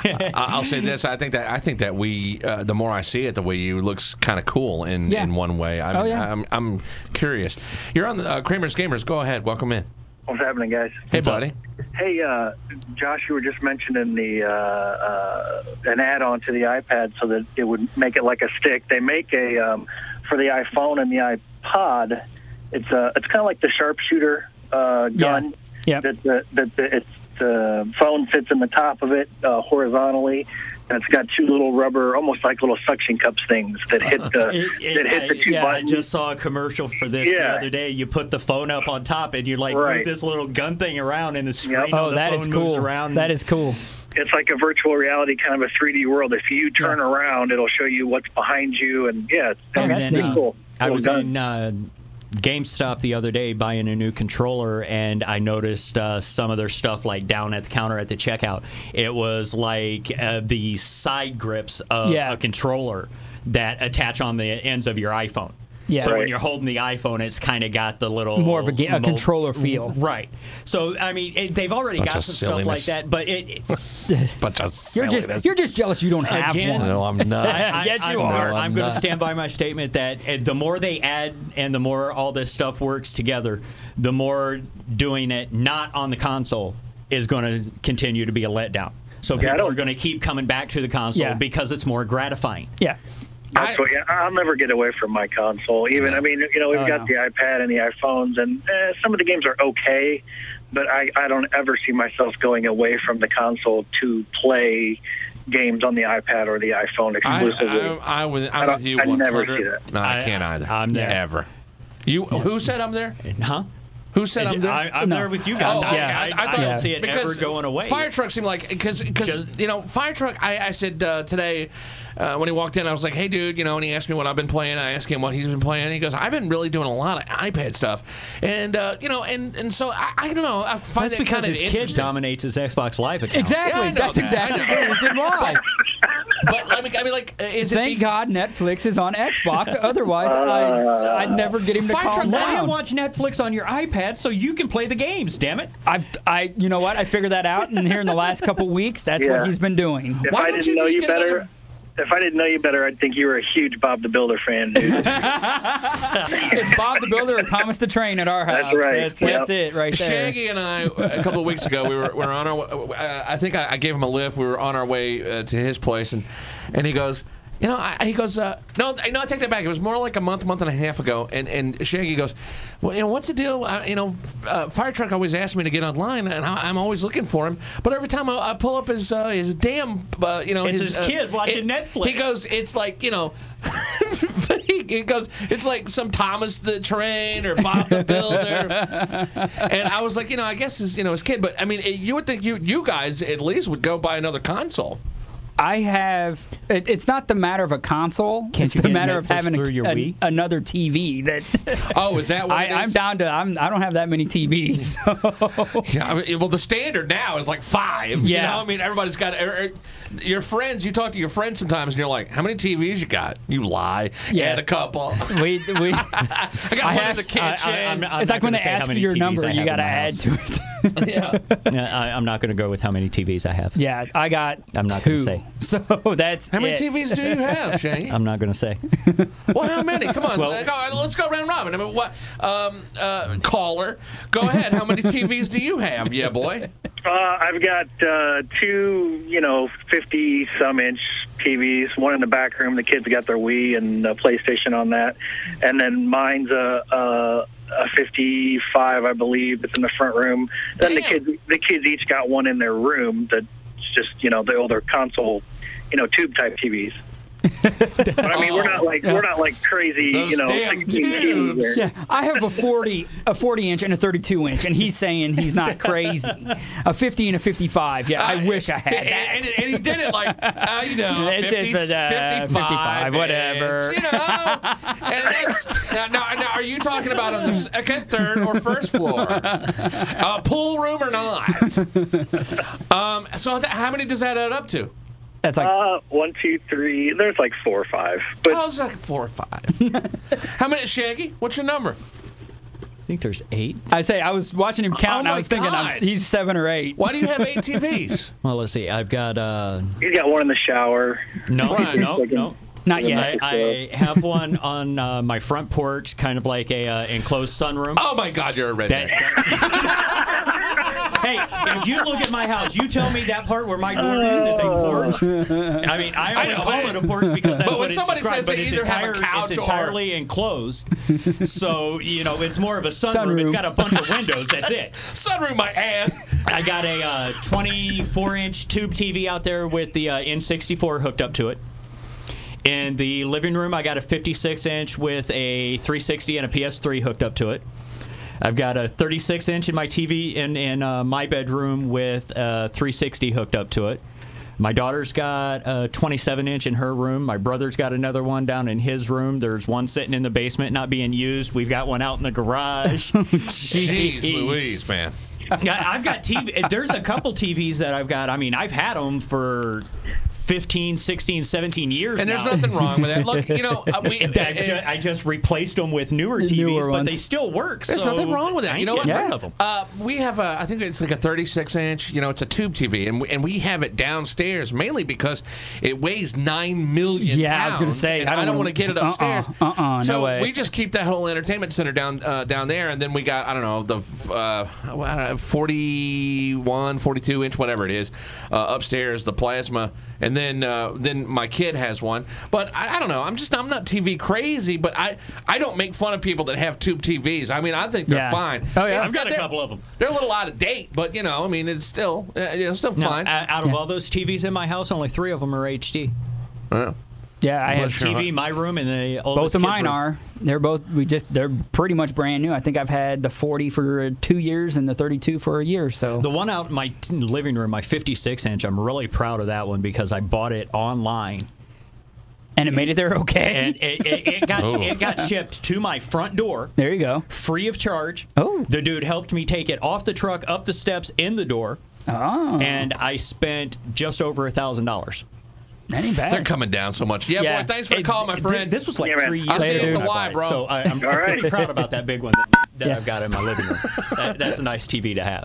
E: I- I'll say this. I think that I think that we. Uh, the more I see it, the Wii U looks kind of cool in,
G: Yeah.
E: in one way. I'm,
G: Oh, yeah.
E: I'm, I'm curious. You're on the uh, Kramer's Gamers. Go ahead. Welcome in.
L: What's happening, guys?
E: Hey, buddy.
L: Hey, uh, Josh, you were just mentioning the uh, uh, an add-on to the iPad so that it would make it like a stick. They make a um, for the iPhone and the iPod. It's uh, it's kind of like the sharpshooter uh, gun.
G: Yeah.
L: That the that the, it's, the phone fits in the top of it uh, horizontally. And it's got two little rubber, almost like little suction cups things that hit the
F: It- it-
L: that hit the
F: I-
L: two
F: yeah,
L: buttons.
F: I just saw a commercial for this the
L: Yeah.
F: other day. You put the phone up on top, and you like move
L: Right.
F: this little gun thing around, and the screen
G: Oh,
F: on the
G: that
F: phone
G: is
F: moves
G: cool.
F: around.
G: That is cool.
L: it's like a virtual reality kind of a 3D world. If you turn around, it'll show you what's behind you, and yeah, it's,
F: And
L: it's
F: then,
L: pretty
F: uh,
L: cool.
F: I
L: Cool
F: was
L: gun.
F: in uh, GameStop the other day buying a new controller, and I noticed uh, some of their stuff like down at the counter at the checkout. It was like uh, the side grips of
G: Yeah.
F: a controller that attach on the ends of your iPhone.
G: Yeah.
F: So when
G: Right.
F: you're holding the iPhone, it's kind of got the little
G: More of a ga- a
F: mold-
G: controller feel.
F: right? So I mean, it, they've already
E: Bunch
F: got
E: of
F: some
E: silliness.
F: stuff like that, but it,
E: Bunch of
G: You're
E: silliness.
G: just you're just jealous you don't have
F: Again?
G: one.
E: No, I'm not.
F: I- I-
G: yes, you
F: I'm,
G: are.
E: No,
F: I'm
E: I'm
F: going to
E: not.
F: stand by my statement that uh, the more they add and the more all this stuff works together, the more doing it not on the console is going to continue to be a letdown. So
L: I
F: people
L: don't-
F: are going to keep coming back to the console
G: Yeah.
F: because it's more gratifying.
G: Yeah.
L: That's what, yeah, I'll never get away from my console. Even I mean, you know, we've
G: Oh,
L: got
G: no.
L: the iPad and the iPhones, and eh, some of the games are okay, but I I don't ever see myself going away from the console to play games on the iPad or the iPhone
E: I,
L: exclusively.
E: I, I, was-
L: I
E: I'm
L: don't-
E: with you.
L: I never
E: 100.
L: see that.
E: No, I,
F: I-
E: can't either.
F: I'm there.
E: Ever. You? Who said I'm there?
F: Huh?
E: Who said I'm there?
F: I, I'm
G: No.
F: there with you guys.
E: Oh,
F: I,
E: yeah.
F: I, I, don't
G: yeah.
F: see it ever going away.
E: Fire truck seemed like because because
F: Just-
E: you know fire truck. I I said uh, today uh, when he walked in, I was like, hey dude, you know, and he asked me what I've been playing. I asked him what he's been playing. And he goes, I've been really doing a lot of iPad stuff, and uh, you know, and and so I, I don't know. I find
F: That's
E: that
F: because
E: kind
F: his
E: of
F: kid
E: interesting.
F: dominates his Xbox Live account.
G: Exactly.
E: Yeah, I know
G: That's
E: that.
G: exactly
E: I know.
G: the reason why.
E: But I mean, I mean, like, uh, is it?
G: Thank
E: be-
G: God Netflix is on Xbox. Otherwise, I, I'd never get him to
E: Fire
G: calm
E: truck,
F: Let him
G: down.
F: watch Netflix on your iPad so you can play the games. Damn it!
G: I've, I, you know what? I figured that out, and here in the last couple weeks, that's
L: Yeah.
G: what he's been doing.
L: if
E: Why
L: I
E: don't
L: didn't
E: you
L: know
E: just
L: you
E: get
L: better.
E: another-
L: If I didn't know you better, I'd think you were a huge Bob the Builder fan, dude.
G: It's Bob the Builder and Thomas the Train at our house.
L: That's right.
G: That's,
L: Yep.
G: that's it right there.
E: Shaggy and I, a couple of weeks ago, we were, we were on our. w- Uh, I think I, I gave him a lift. We were on our way uh, to his place, and and he goes, you know, I, he goes, uh, no, I- no, I take that back. It was more like a month, month and a half ago, and and Shaggy goes, well, you know, what's the deal? I, you know, uh, fire truck always asks me to get online, and I, I'm always looking for him. But every time I, I pull up his uh, his damn, uh, you know,
F: It's his
E: uh,
F: kid watching Netflix.
E: He goes, it's like you know. he he goes, it's like some Thomas the Train or Bob the Builder and I was like, you know, I guess his, you know his kid, but I mean, it, you would think you you guys at least would go buy another console.
G: I have. It, it's not the matter of a console.
F: Can't
G: it's
F: you
G: the
F: get
G: matter of
F: Netflix
G: having a,
F: through your
G: a-
F: Wii?
G: another TV. That
E: Oh, is that what
G: I,
E: it is?
G: I'm down to. I'm. I don't have that many TVs. So.
E: Yeah, I mean, well, the standard now is like five.
G: Yeah.
E: you know? I mean, everybody's got er, er, your friends. You talk to your friends sometimes, and you're like, how many TVs you got? You lie.
G: Yeah.
E: add a couple.
G: We we.
E: I got one in the kitchen.
G: it's
F: I'm not
G: like when
F: gonna
G: they
F: say how
G: ask you
F: many
G: your
F: TVs
G: number,
F: I
G: you
F: have
G: got to
F: in my
G: add
F: house.
G: to it.
E: yeah.
F: Uh, I, I'm not going to go with how many TVs I have.
G: Yeah, I got.
F: I'm not gonna
G: two.
F: say.
G: So that's
E: How many
G: it.
E: TVs do you have, Shane?
F: I'm not going to say.
E: Well, how many? Come on,
F: Well-
E: Uh, go- let's go round robin. I mean, what um, uh, caller? Go ahead. How many TVs do you have? Yeah, boy.
L: Uh, I've got uh, two, you know, 50 some inch TVs, one in the back room. The kids got their Wii and uh, PlayStation on that. And then mine's a, a, a 55, I believe. It's in the front room. Then the
E: Damn.
L: kids, the kids each got one in their room that's just, you know, the older console, you know, tube type TVs. But I mean, we're not like we're not like crazy, you know. 16 keys or-
G: Yeah, I have a 40, a 40 inch and a 32 inch, and he's saying he's not crazy. A 50 and a 55. Yeah,
E: Uh,
G: I wish I had that.
E: And, and he did it like, uh, you know,
G: It's
E: 50,
G: just that, uh,
E: 55,
G: 55, whatever.
E: inch, You know, and that's, now, now, now, are you talking about on the second, third, or first floor? Uh, pool room or not? Um, so th- how many does that add up to?
G: That's like
L: uh, one, two, three. There's like four or five. But
E: oh, it's like four or five. How many, Shaggy? What's your number?
F: I think there's eight.
G: I say I was watching him count, and I
E: oh my
G: was thinking I'm,
E: God.
G: he's seven or eight.
E: Why do you have ATVs?
F: Well, let's see. I've got uh,
L: He's got one in the shower.
F: No, no, no.
G: Not
F: I, I have one on uh, my front porch, kind of like a uh, enclosed sunroom.
E: Oh my God, you're a redneck.
F: That, that- hey, if you look at my house, you tell me that part where my door is is a porch. I mean, I only call it a porch because that's
E: but when
F: what it's
E: somebody says
F: described, but
E: they
F: it's,
E: either have a
F: entire-
E: couch
F: it's
E: or-
F: entirely enclosed. So you know, it's more of a sunroom. It's
G: Sunroom.
F: got a bunch of windows. That's it.
E: Sunroom my ass.
F: I got a uh, 24-inch tube TV out there with the uh, N64 hooked up to it. In the living room, I got a 56-inch with a 360 and a PS3 hooked up to it. I've got a 36-inch in my TV in in uh, my bedroom with a 360 hooked up to it. My daughter's got a 27 inch in her room. My brother's got another one down in his room. There's one sitting in the basement, not being used. We've got one out in the garage.
E: Jeez Louise, man.
F: Yeah, I've got TV. There's a couple TVs that I've got. I mean, I've had them for 15, 16, 17 years.
E: And there's
F: now.
E: nothing wrong with that. Look, you know, uh, we.
F: And I, ju- I just replaced them with newer TVs,
G: Newer
F: but
G: ones.
F: they still work.
E: There's
F: so
E: nothing wrong with
F: I
E: that. You
F: ain't
E: know what?
F: getting rid of 'em.
E: Uh, we have a, I think it's like a 36 inch. You know, it's a tube TV, and we, and we have it downstairs mainly because it weighs nine million.
G: Yeah, I was gonna
E: pounds,
G: say,
E: and
G: I don't wanna-
E: want to get it
G: uh-uh,
E: upstairs.
G: uh-uh, no
E: so
G: way.
E: we just keep that whole entertainment center down uh, down there, and then we got I don't know the f- uh, well, I don't know, 41, 42 inch, whatever it is, uh, upstairs the plasma, and then uh, then my kid has one. But I, I don't know. I'm just I'm not TV crazy, but I I don't make fun of people that have tube TVs. I mean, I think they're
G: Yeah.
E: fine.
G: Oh, yeah.
E: You know,
F: I've got a
E: they're-
F: couple of 'em.
E: They're a little out of date, but you know, I mean, it's still uh, you know, still
F: Now,
E: fine.
F: o- out of all those TVs in my house, only three of them are HD.
E: Yeah.
G: Yeah, I have
E: Bless your
F: TV, in my room, and the
G: both
F: oldest
G: of
F: kid's
G: mine
F: room.
G: are. They're both we just they're pretty much brand new. I think I've had the 40 for uh, 2 years and the 32 for a year, so
F: The one out in my t- living room, my 56 inch, I'm really proud of that one because I bought it online.
G: and it made it there okay.
F: And it, it, it, got,
E: Oh.
F: it got shipped to my front door.
G: there you go.
F: free of charge.
G: Oh.
F: The dude helped me take it off the truck, up the steps, in the door,
G: Oh,
F: and I spent just over a thousand dollars.
G: that ain't bad.
E: They're coming down so much. Yeah,
G: Yeah.
E: boy, thanks for the call, my friend.
F: This was like
L: Yeah, man.
F: three years
E: I'll see you
F: ago
E: at the
F: when I
E: Y,
F: bought it,
E: bro.
F: So I, I'm
L: All right.
F: pretty proud about that big one that, that
G: Yeah.
F: I've got in my living room. That, that's a nice TV to have.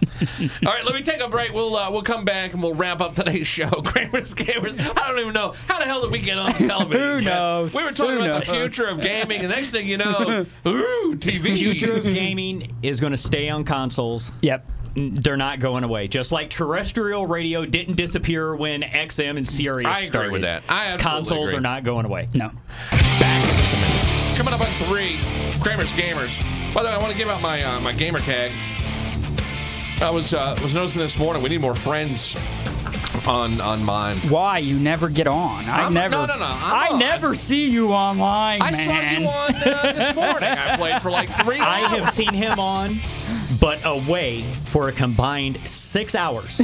E: All right, let me take a break. We'll uh, we'll come back and we'll wrap up today's show. Gamers, gamers. I don't even know how the hell did we get on television.
G: Who
E: Jeff?
G: knows?
E: We were talking
G: Who
E: about the
G: knows?
E: future of gaming, and next thing you know, ooh, TV.
F: Future of gaming is going to stay on consoles.
G: Yep.
F: N- They're not going away. Just like terrestrial radio didn't disappear when XM and Sirius
E: I agree
F: started.
E: with that. I absolutely
F: consoles
E: agree.
F: are not going away.
G: No.
E: Coming up on three, Kramer's Gamers. By the way, I want to give out my uh, my gamer tag. I was uh, was noticing this morning. We need more friends on on mine.
G: Why you never get on? I
E: I'm-
G: never.
E: no, no, no,
G: I
E: I'm on.
G: never see you online,
E: I saw
G: man.
E: you on uh, this morning. I played for like three.
F: I
E: hours.
F: have seen him on, but away for a combined six hours.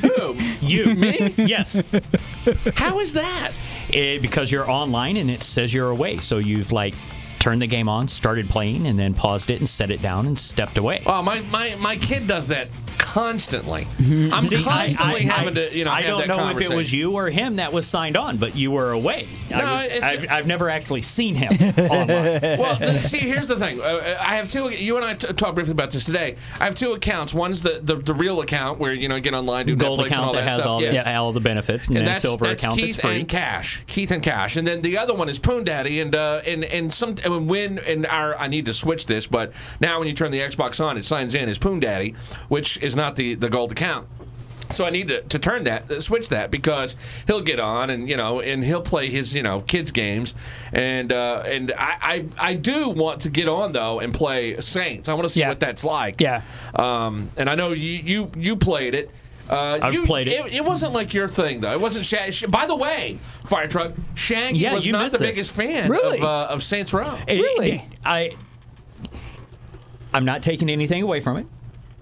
E: Who?
F: You, me, yes,
E: How is that?
F: Eh, because you're online and it says you're away, so you've like turned the game on, started playing, and then paused it and set it down and stepped away.
E: Oh, my, my, my kid does that constantly. I'm
F: Mm-hmm. See, I-
E: constantly
F: I-
E: having to, you know,
F: I
E: have that
F: don't know if it was
E: conversation.
F: you or him that was signed on, but you were away.
E: No,
F: I,
E: it's-
F: have I've never actually seen him online.
E: Well, th- see, here's the thing. Uh, I have two. You and I t- talked briefly about this today. I have two accounts. One's the, the, the real account where you know get online, do
F: Gold
E: Netflix and all
F: account that,
E: that,
F: has
E: stuff.
F: all,
E: Yes.
F: the, all the benefits, and,
E: And
F: then
E: that's,
F: silver
E: that's
F: account
E: Keith
F: that's free.
E: and Cash. Keith and Cash, and then the other one is Poon Daddy, and uh, and and some and when and our I need to switch this, but now when you turn the Xbox on, it signs in as Poon Daddy, which is not the the gold account. So I need to, to turn that uh, switch that because he'll get on and you know and he'll play his you know kids games and uh, and I, I I do want to get on though and play Saints. I want to see
G: Yeah.
E: what that's like.
G: Yeah.
E: Um, and I know you you you played it. Uh,
F: I've
E: you-
F: played it.
E: it. wasn't like your thing though. It wasn't. Shag- Sh- by the way, fire truck Shaggy
F: Yeah,
E: was
F: you
E: not
F: missed
E: the
F: this.
E: biggest fan
F: Really?
E: of, uh, of Saints Row.
F: It- it- Eh, I I'm not taking anything away from it.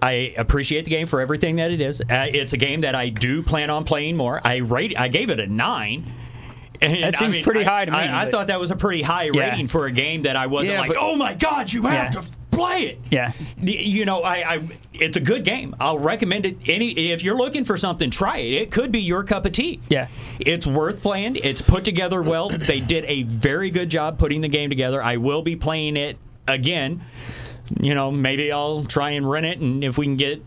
F: I appreciate the game for everything that it is. Uh, it's a game that I do plan on playing more. I rate I gave it a nine. And,
G: That
F: I
G: seems pretty
F: I-
G: high to me,
F: I, I
G: but-
F: thought that was a pretty high
G: Yeah.
F: rating for a game that I wasn't
G: Yeah,
F: like,
G: but-
F: oh my god, you have
G: Yeah.
F: to f- play it.
G: Yeah.
F: Y- You know, I, I it's a good game. I'll recommend it. Any if you're looking for something, try it. It could be your cup of tea.
G: Yeah.
F: It's worth playing. It's put together well. They did a very good job putting the game together. I will be playing it again. You know, maybe I'll try and rent it, and if we can get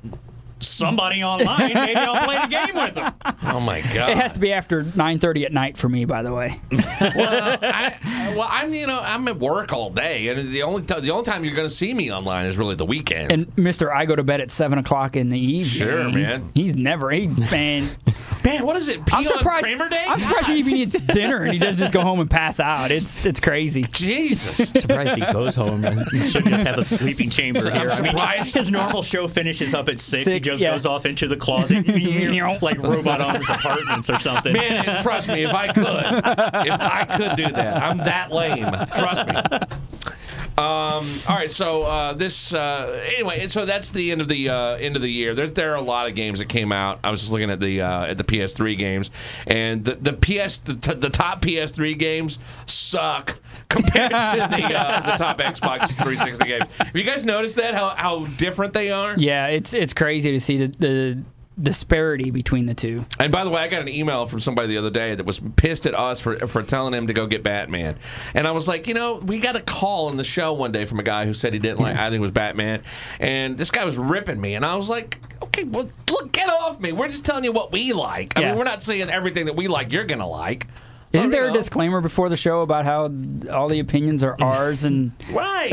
F: somebody online, maybe I'll play the game with them.
E: Oh my god!
G: It has to be after 9:30 at night for me, by the way.
E: well, I, well, I'm you know I'm at work all day, and the only t- the only time you're going to see me online is really the weekend.
G: And Mister, I go to bed at seven o'clock in the evening.
E: Sure, man.
G: He's never he man.
E: man, what is it? Pee
G: I'm
E: on
G: surprised.
E: Kramer Day?
G: I'm surprised he even eats dinner and he doesn't just go home and pass out. It's it's crazy.
E: Jesus.
F: Surprised he goes home and should just have a sleeping chamber
E: I'm
F: here. I mean,
E: surprised.
F: his normal show finishes up at six. he
G: Six,
F: just
G: yeah.
F: goes off into the closet, like robot arms apartments or something.
E: Man, and trust me, if I could, if I could do that, I'm that lame. Trust me. Um, all right, so uh, this uh, anyway, and so that's the end of the uh, end of the year. There, there are a lot of games that came out. I was just looking at the uh, at the PS3 games, and the, the PS the, t- the top PS3 games suck compared to the uh, the top Xbox 360 games. Have you guys noticed that how how different they are?
G: Yeah, it's it's crazy to see the, the disparity between the two.
E: And by the way, I got an email from somebody the other day that was pissed at us for for telling him to go get Batman. And I was like, you know, we got a call in the show one day from a guy who said he didn't like I think it was Batman, and this guy was ripping me, and I was like, okay, well, look, get off me. We're just telling you what we like. I
G: Yeah.
E: mean, we're not saying everything that we like you're gonna like. So,
G: Isn't
E: you
G: there a
E: know,
G: disclaimer before the show about how all the opinions are ours and
E: Right.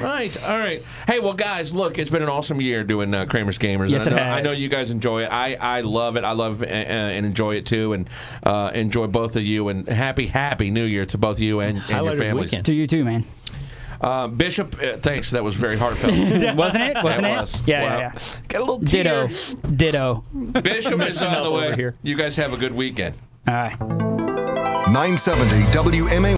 E: right. All right. Hey, well, guys, look, it's been an awesome year doing uh, Kramer's Gamers.
G: Yes,
E: and I
G: it
E: know, I
G: has.
E: know you guys enjoy it. I, I love it. I love uh, uh, and enjoy it too, and uh, enjoy both of you. And happy, happy New Year to both you and, and your
F: Highlighted
E: families.
F: weekend.
G: to you too, man?
E: Uh, Bishop, uh, thanks. That was very heartfelt.
G: Wasn't it? Wasn't
E: That
G: it?
E: was.
G: Yeah,
E: Wow.
G: yeah, yeah.
E: Got a little
G: Ditto.
E: tear.
G: Ditto.
E: Bishop is on
F: up
E: the
F: over
E: way.
F: here.
E: You guys have a good weekend.
G: All right.
D: 970 WMA.